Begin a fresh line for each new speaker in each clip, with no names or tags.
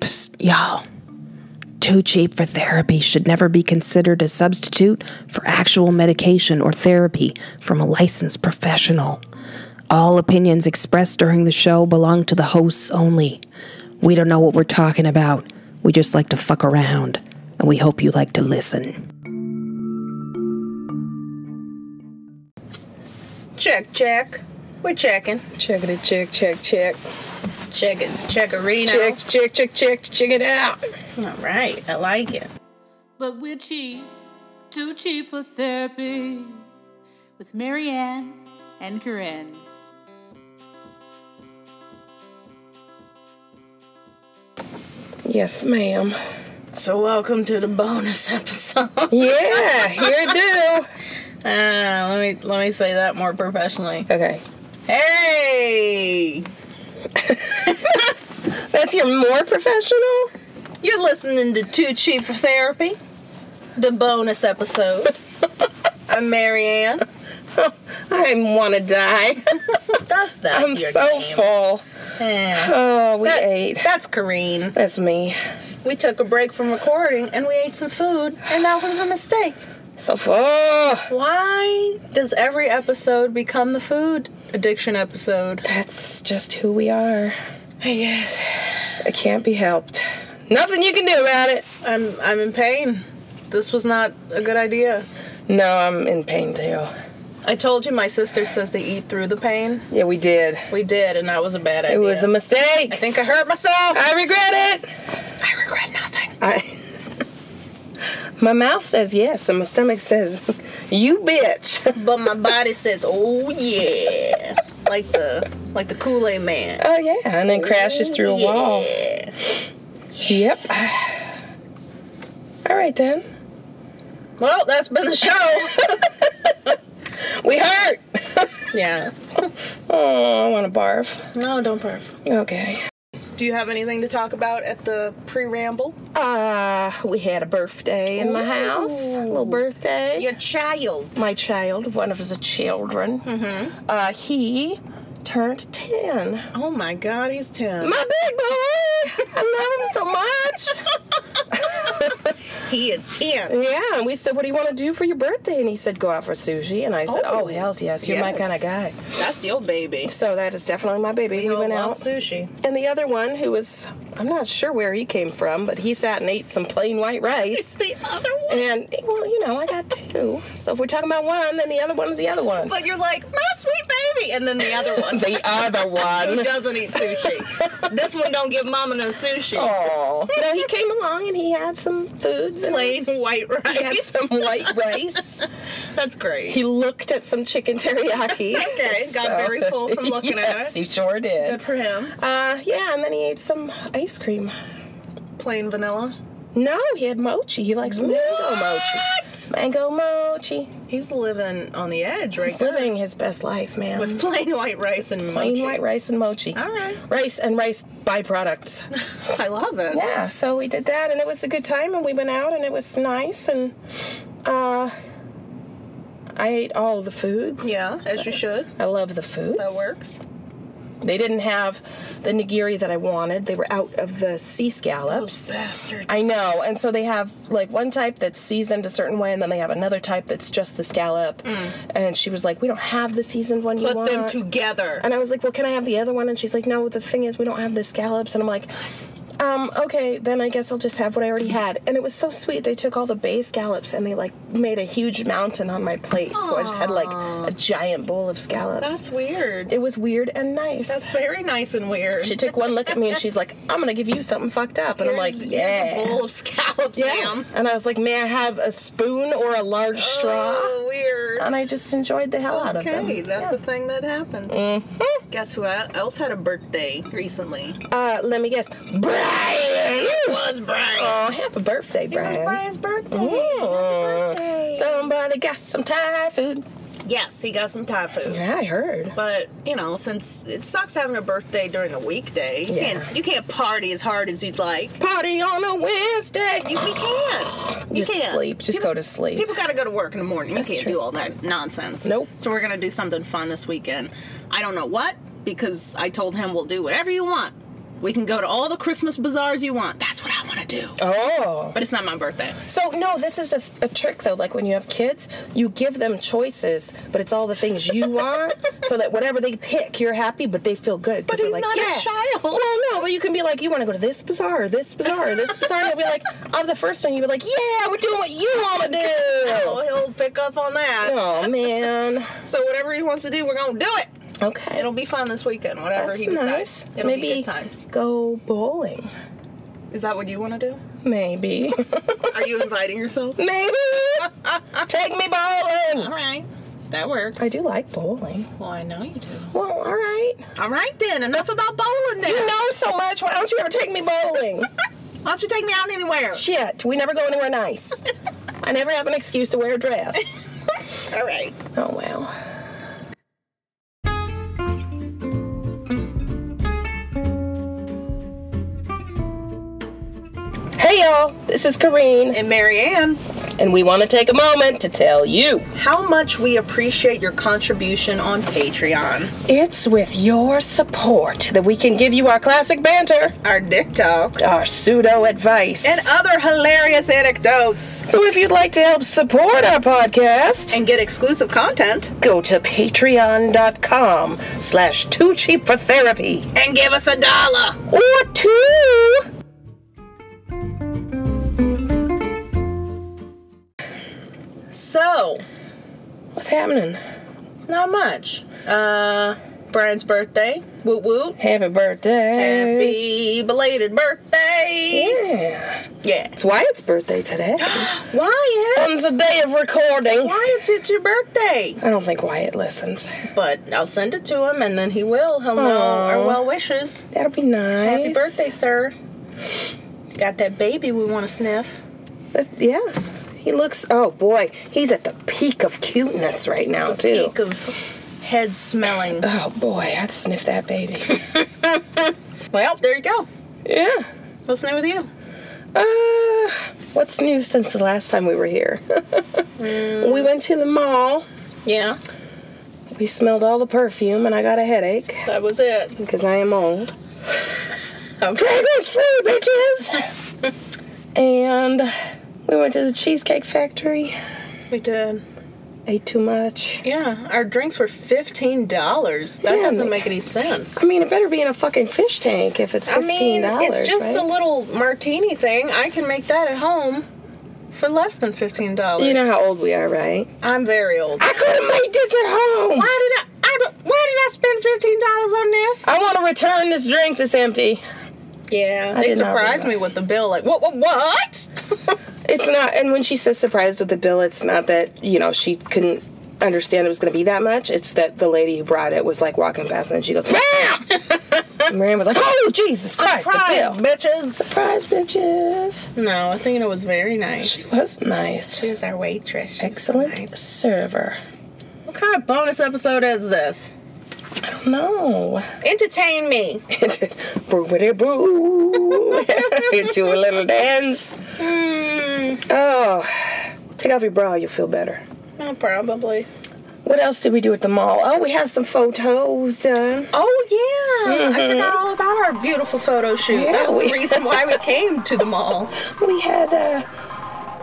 Psst, y'all. Too cheap for therapy should never be considered a substitute for actual medication or therapy from a licensed professional. All opinions expressed during the show belong to the hosts only. We don't know what we're talking about. We just like to fuck around, and we hope you like to listen.
Check, check. We're checking.
Check it, check, check, check.
Check it. Check a Reno.
Check, check, check, check, check it out.
All right. I like it.
But we're cheap, too cheap for therapy. With Marianne and Corinne.
Yes, ma'am.
So, welcome to the bonus episode. uh,
Yeah, here it
Ah, let me let me say that more professionally.
do. Okay.
Hey,
That's your more professional?
you're listening to Too Cheap for Therapy, the bonus episode. I'm Marianne.
I want to die.
That's not
I'm
your
so
name.
full.
Yeah.
Oh, we
That-
ate.
That's Kareen.
That's me.
We took a break from recording and we ate some food, and that was a mistake.
So full.
Why does every episode become the food addiction episode?
That's just who we are.
I guess.
It can't be helped. Nothing you can do about it.
I'm I'm in pain. This was not a good idea.
No, I'm in pain too.
I told you my sister says to eat through the pain.
Yeah, we did.
We did, and that was a bad idea.
It was a
I
mistake.
think I hurt myself.
I regret it.
I regret nothing.
I. My mouth says yes, and my stomach says, "You bitch."
But my body says, "Oh yeah," like the like the Kool Aid Man.
Oh yeah, and then crashes through a wall.
Yeah.
Yep. All right then.
Well, that's been the show.
We hurt.
yeah.
Oh, I want to barf.
No, don't barf.
Okay.
Do you have anything to talk about at the pre ramble?
Uh, we had a birthday in my house. A little birthday.
Your child.
My child, one of his children. Mm-hmm. Uh, he turned ten.
Oh my God, he's ten.
My big boy. I love him so much.
He is ten.
Yeah, and we said, "What do you want to do for your birthday?" And he said, "Go out for sushi." And I said, "Oh,
Oh,
hell's yes, you're my
yes.
kind of guy."
That's your baby.
So that is definitely my baby. We, went out,
sushi.
and the other one who was, I'm not sure where he came from, but he sat and ate some plain white rice.
The other one.
and well, you know, I got two. So if we're talking about one, then the other one's the other one.
But you're like, my sweet baby, and then the other one
the other
who
one.
doesn't eat sushi. this one don't give mama no sushi.
Oh. No, he came along and he had some foods and
Plain
he
white
had
rice.
some white rice.
That's great.
He looked at some chicken teriyaki.
Okay, got very full from looking at
yes,
it.
He sure did.
Good for him.
Uh, yeah, and then he ate some ice cream.
Plain vanilla.
No, he had mochi. He likes mango mochi.
What?
Mango mochi.
He's living on the edge right
He's living his best life, man.
now with plain white rice and
plain
mochi.
white rice and mochi.
All right.
Rice and rice byproducts.
I love it.
yeah, so we did that, and it was a good time, and we went out, and it was nice, and uh, I ate all the foods.
Yeah, as you should.
I love the foods.
That works.
They didn't have the nigiri that I wanted. They were out of the sea scallops.
bastards.
I know. And so they have like one type that's seasoned a certain way, and then they have another type that's just the scallop. And she was like, "We don't have the seasoned one you
Mm. Put
want."
them together.
and I was like, "Well, can I have the other one?" And she's like, "No. The thing is, we don't have the scallops." And I'm like. Um, okay, then I guess I'll just have what I already had. And it was so sweet. They took all the bay scallops and they like made a huge mountain on my plate. So I just had like a giant bowl of scallops.
That's weird.
it was weird and nice.
That's very nice and weird.
she took one look at me and she's like, I'm gonna give you something fucked up. And
Here's-
I'm like,
here's
Yeah. Uh-huh.
a bowl of scallops, ma'am.
And I was like, may I have a spoon or a large straw?
Oh, weird.
And I just enjoyed the hell out of them.
Okay, that's a thing that happened.
Mm-hmm.
Guess who else had a birthday recently?
Uh, let me guess. Brian!
was Brian.
Oh, happy birthday,
It was
Brian. Hmm.
Brian's birthday.
Mm.
birthday.
Somebody got some Thai food.
Yes, he got some Thai food.
Yeah, I heard.
But you know, since it sucks having a birthday during the weekday, you
Yeah.
can't you can't party as hard as you'd like.
Party on a Wednesday.
You, you can't. You
Just
can't
sleep. Just
People-
go to sleep.
People got to go to work in the morning. You
That's
can't
true.
do all that nonsense.
Nope.
So we're gonna do something fun this weekend. I don't know what because I told him we'll do whatever you want. We can go to all the Christmas bazaars you want. That's what I want to do.
Oh.
But it's not my birthday.
So no, this is a, a trick though. Like when you have kids, you give them choices, but it's all the things you want, so that whatever they pick, you're happy, but they feel good. 'cause
But he's
they're like,
not a
yeah.
child.
Well, no, but you can be like, you want to go to this bazaar, or this bazaar, or this bazaar. And they'll be like, I'm the first one. You'll be like, yeah, we're doing what you want to
Oh,
do.
he'll pick up on that.
Oh man.
So whatever he wants to do, we're gonna do it.
Okay.
It'll be fun this weekend. Whatever
That's
he decides,
nice.
it'll
Maybe
be good times.
go bowling.
Is that what you want to do?
Maybe.
Are you inviting yourself?
Maybe. Take me
All
bowling.
right, that works.
I do like bowling.
Well, I know you do.
Well, all right.
All right then. Enough about bowling. Then
You know so much. Why don't you ever take me bowling?
why don't you take me out anywhere?
Shit, we never go anywhere nice. I never have an excuse to wear a dress.
All right.
Oh well. Hey y'all, this is Kareen,
And Marianne,
and we want to take a moment to tell you
how much we appreciate your contribution on Patreon,
it's with your support that we can give you our classic banter,
our dick talk,
our pseudo advice,
and other hilarious anecdotes,
so if you'd like to help support our podcast,
and get exclusive content,
go to patreon.com slash too cheap for therapy
and give us a dollar.
or two
So
what's happening
not much. Uh, Brian's birthday. Woot woot.
happy birthday
Happy belated birthday.
yeah
Yeah.
it's wyatt's birthday today
Wyatt.
on the day of recording
Wyatt's it's your birthday.
i don't think wyatt listens
But I'll send it to him and then he will. He'll know our
Aw.
well wishes.
that'll be nice
Happy birthday, sir. Got that baby we want to sniff.
But, yeah he looks oh boy he's at the peak of cuteness right now too
Peak of head smelling.
oh boy i'd sniff that baby
well, there you go.
yeah
What's new with you?
Uh, what's new since the last time we were here?
Mm.
We went to the mall.
Yeah,
We smelled all the perfume, and I got a headache
that was it.
because I am old.
Okay.
Fragrance free, bitches. and we went to the Cheesecake Factory.
We did.
Ate too much.
Yeah, our drinks were $15. That
Yeah,
doesn't
man.
make any sense.
I mean, it better be in a fucking fish tank if it's
I mean,
fifteen dollars.
it's just
right?
a little martini thing. I can make that at home for less than fifteen dollars.
You know how old we are, right?
I'm very old.
I could have made this at home.
Why did I? I don't- why did I spend fifteen dollars on this?
I want to return this drink that's empty.
yeah, they
did not
surprised me
realize.
with the bill. Like what? What? What?
It's not, and when she says surprised with the bill, it's not that, you know, she couldn't understand it was going to be that much. It's that the lady who brought it was like walking past and then she goes, Ma'am! and Miriam was like, Oh, Jesus Christ, the
Surprise,
bill.
bitches!
Surprise, bitches.
No, Athena was very nice.
Was nice.
She was our waitress. She was
Excellent
nice.
server.
What kind of bonus episode is this?
No.
Entertain me.
boo boo boo. Do a little dance.
Mm,
Oh. Take off your bra, you'll feel better.
oh, probably.
What else did we do at the mall? Oh, we had some photos done.
Oh yeah, I forgot all about our beautiful photo shoot. that
Yeah,
was the
we-
reason why we came to the mall.
we had uh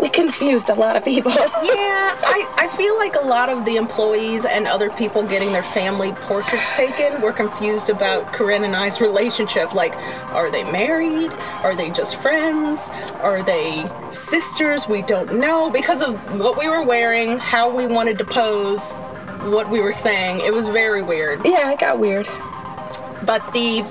we confused a lot of people
Yeah, I, I feel like a lot of the employees and other people getting their family portraits taken were confused about Corinne and I's relationship. Like, are they married? Are they just friends? Are they sisters? We don't know. Because of what we were wearing, how we wanted to pose, what we were saying, it was very weird.
yeah it got weird
But the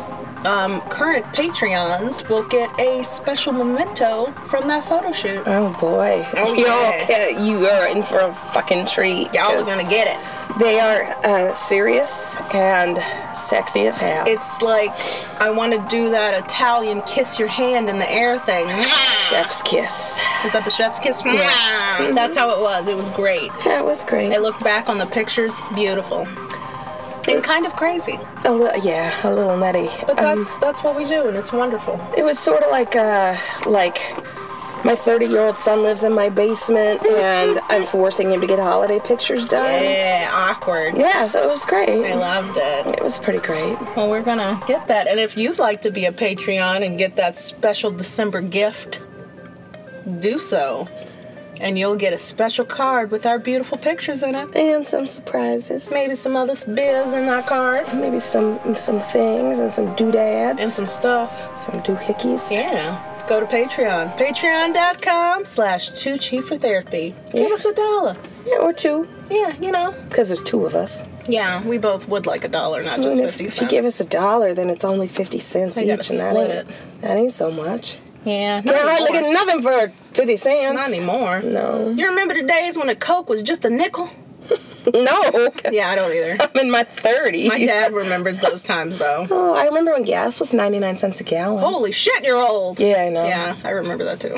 um, current Patreons will get a special memento from that photo shoot.
Oh boy.
Oh, yeah.
Y'all, get, you are in for a fucking treat.
Y'all are
'cause
gonna get it.
They are uh, serious and sexy as hell.
It's like I want to do that Italian kiss your hand in the air thing.
chef's kiss.
Is that the chef's kiss? That's how it was. It was great.
That was great.
I look back on the pictures, beautiful. And kind of crazy.
a little, yeah, a little nutty.
But
Um,
that's that's what we do and it's wonderful.
it was sort of like uh like my 30 year old son lives in my basement and I'm forcing him to get holiday pictures done.
Yeah, awkward.
Yeah, so it was great.
I loved it.
It was pretty great.
Well, we're gonna get that. And if you'd like to be a Patreon and get that special December gift, do so. And you'll get a special card with our beautiful pictures in it.
And some surprises.
Maybe some other biz in that card.
Maybe some some things and some doodads.
And some stuff.
some doohickeys.
Yeah. Go to Patreon. Patreon.com slash too cheap for therapy. Give us a dollar.
Yeah, or two,
Yeah, you know.
because there's two of us.
Yeah, we both would like a dollar, not just
And if,
50
if
cents.
you give us a dollar, then it's only 50 cents
They
each.
gotta
and that
split
ain't, that ain't so much.
yeah, not
Can't hardly
anymore.
get nothing for 50 cents.
Not anymore.
No.
You remember the days when a Coke was just a nickel?
No.
Yeah, I don't either.
I'm in my 30s.
My dad remembers those times, though.
Oh, I remember when gas was 99 cents a gallon.
Holy shit, you're old.
Yeah, I know.
Yeah, I remember that too.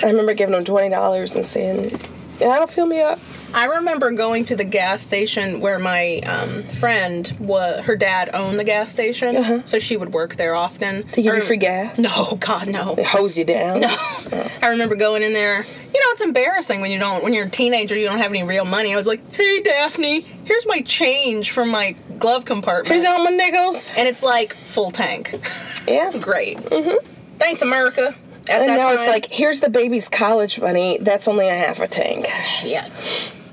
I remember giving them $20 and saying, that'll fill me up.
I remember going to the gas station where my um, friend, wa- her dad owned the gas station, so she would work there often.
To give
I
you
rem-
free gas.
No, God, no.
They hose you down. No.
I remember going in there. You know, it's embarrassing when you don't, when you're a teenager, you don't have any real money. I was like, hey, Daphne, here's my change from my glove compartment.
Here's all my nickels.
and it's like full tank.
Yeah.
Great. Mm-hmm. Thanks, America. At
And
that
now it's
time-
like, here's the baby's college money. That's only a half a tank.
shit.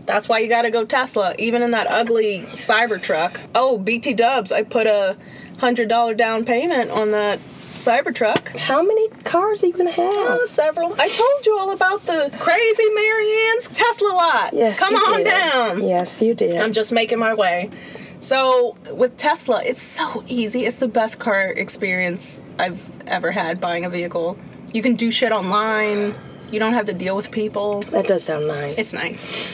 That's why you gotta go Tesla, even in that ugly Cybertruck. Oh, BT dubs, I put a $100 down payment on that Cybertruck.
How many cars are you going to have?
Oh, several. I told you all about the crazy Marianne's Tesla lot.
Yes.
Come
you
on
did.
down.
Yes, you did.
I'm just making my way. So with Tesla, it's so easy. It's the best car experience I've ever had buying a vehicle. You can do shit online. You don't have to deal with people.
that does sound nice.
It's nice.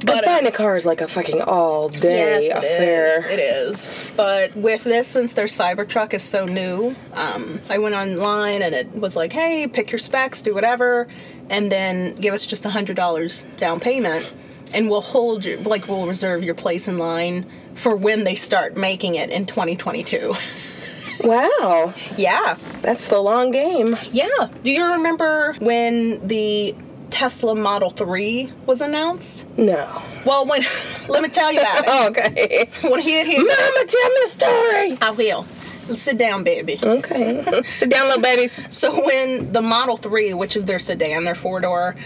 Because
But, uh,
buying a car is like a fucking all day
yes, it is.
affair.
It is. But with this, since their Cybertruck is so new, um, I went online and it was like, hey, pick your specs, do whatever, and then give us just $100 down payment, and we'll hold your, like, we'll reserve your place in line for when they start making it in 2022.
Wow.
yeah.
That's the long game.
Yeah. Do you remember when the Tesla Model 3 was announced?
No.
Well, when, let me tell you about it.
okay.
When he hit here,
Mama, tell me a story.
I will. Sit down, baby.
Okay. Sit down, little babies.
So when the Model 3, which is their sedan, their four door,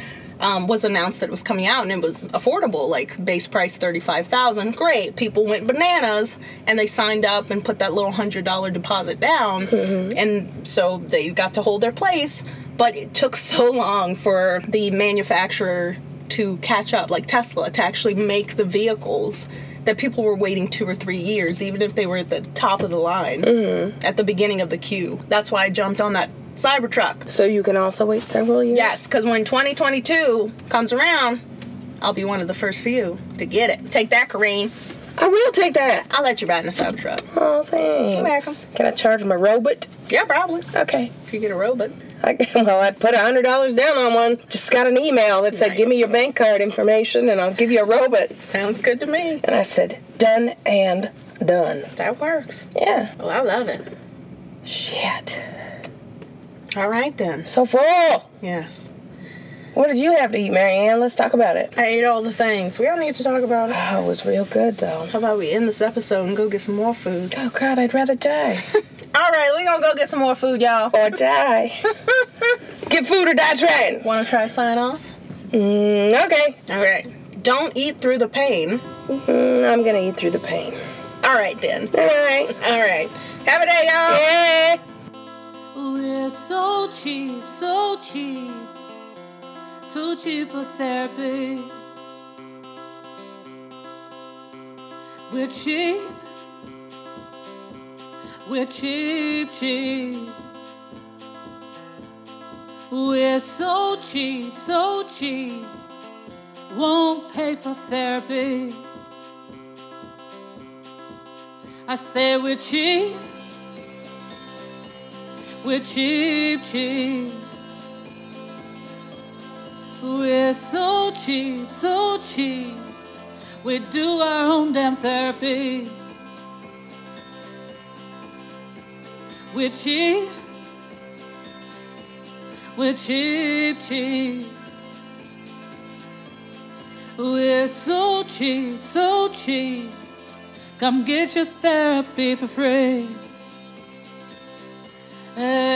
um, was announced that it was coming out and it was affordable, like base price thirty five thousand. Great, people went bananas and they signed up and put that little hundred dollar deposit down, and so they got to hold their place. But it took so long for the manufacturer to catch up, like Tesla, to actually make the vehicles that people were waiting two or three years, even if they were at the top of the line at the beginning of the queue. That's why I jumped on that Cybertruck.
So you can also wait several years?
Yes, because when 2022 comes around, I'll be one of the first few to get it. Take that, Kareem.
I will take that.
I'll let you ride in a Cybertruck.
Oh, thanks.
welcome.
Can I charge my robot?
Yeah, probably.
Okay.
If you get a robot.
I, well, I put $100 down on one. Just got an email that said,
Nice.
give me your bank card information and I'll give you a robot.
Sounds good to me.
And I said, done and done.
That works.
Yeah.
Well, I love it.
Shit.
All right, then.
So full.
Yes.
What did you have to eat, Marianne? Let's talk about it.
I ate all the things. We don't need to talk about it.
Oh, it was real good, though.
How about we end this episode and go get some more food?
Oh, God, I'd rather die.
All right, we gonna go get some more food, y'all.
or die. Get food or die train.
Wanna try sign off?
Mm, okay.
All right. Don't eat through the pain.
Mm, I'm gonna eat through the pain.
All right, then.
All right.
All right. Have a day, y'all.
Hey.
We're so cheap, so cheap, too cheap for therapy. We're cheap, We're cheap, cheap. We're so cheap, so cheap. Won't pay for therapy. I say we're cheap. We're cheap, cheap. We're so cheap, so cheap. We do our own damn therapy. We're cheap. We're cheap, cheap. We're so cheap, so cheap. Come get your therapy for free. Hey. eh,